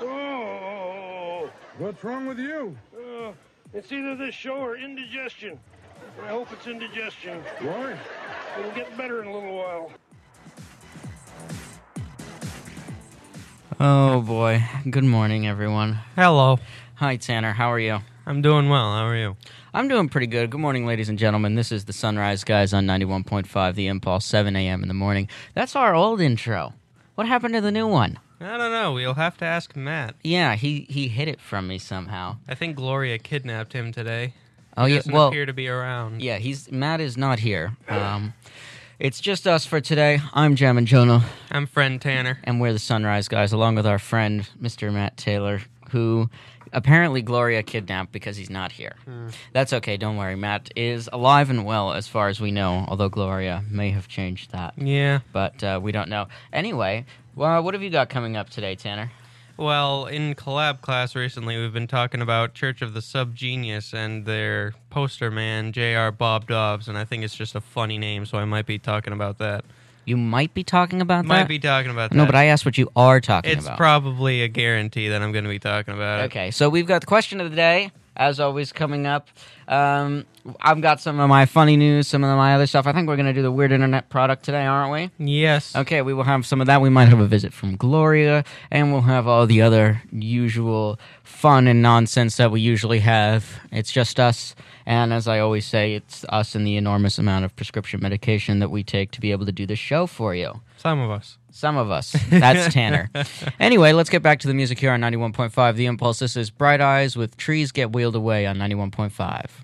Oh, What's wrong with you? Uh, oh, it's either this show or indigestion. I hope it's indigestion. Why? It'll get better in a little while. Oh boy. Good morning, everyone. Hello. Hi, Tanner. How are you? I'm doing well. How are you? I'm doing pretty good. Good morning, ladies and gentlemen. This is the Sunrise Guys on 91.5 The Impulse, 7 a.m. in the morning. That's our old intro. What happened to the new one? I don't know. We'll have to ask Matt. Yeah, he, he hid it from me somehow. I think Gloria kidnapped him today. Oh, He yeah. doesn't Well, appear to be around. yeah, he's Matt is not here. Um, it's just us for today. I'm Jam and Jonah, I'm friend Tanner. and we're the Sunrise Guys, along with our friend, Mr. Matt Taylor, who apparently Gloria kidnapped because he's not here. That's okay. Don't worry. Matt is alive and well, as far as we know, although Gloria may have changed that. Yeah. but uh, we don't know. Anyway, well, what have you got coming up today, Tanner? Well, in collab class recently, we've been talking about Church of the Subgenius and their poster man, J.R. Bob Dobbs, and I think it's just a funny name, so I might be talking about that. You might be talking about Might that. be talking about that. no, but I asked what you are talking It's about. probably a guarantee that I'm going to be talking about it. okay, so we've got the question of the day, as always, coming up. Um, I've got some of my funny news, some of my other stuff. I think we're going to do the weird internet product today, aren't we? Yes. Okay, we will have some of that. We might have a visit from Gloria, and we'll have all the other usual fun and nonsense that we usually have. It's just us, and as I always say, it's us and the enormous amount of prescription medication that we take to be able to do this show for you. Some of us. Some of us. That's Tanner. anyway, let's get back to the music here on 91.5 The Impulse. This is Bright Eyes with Trees Get Wheeled Away on 91.5.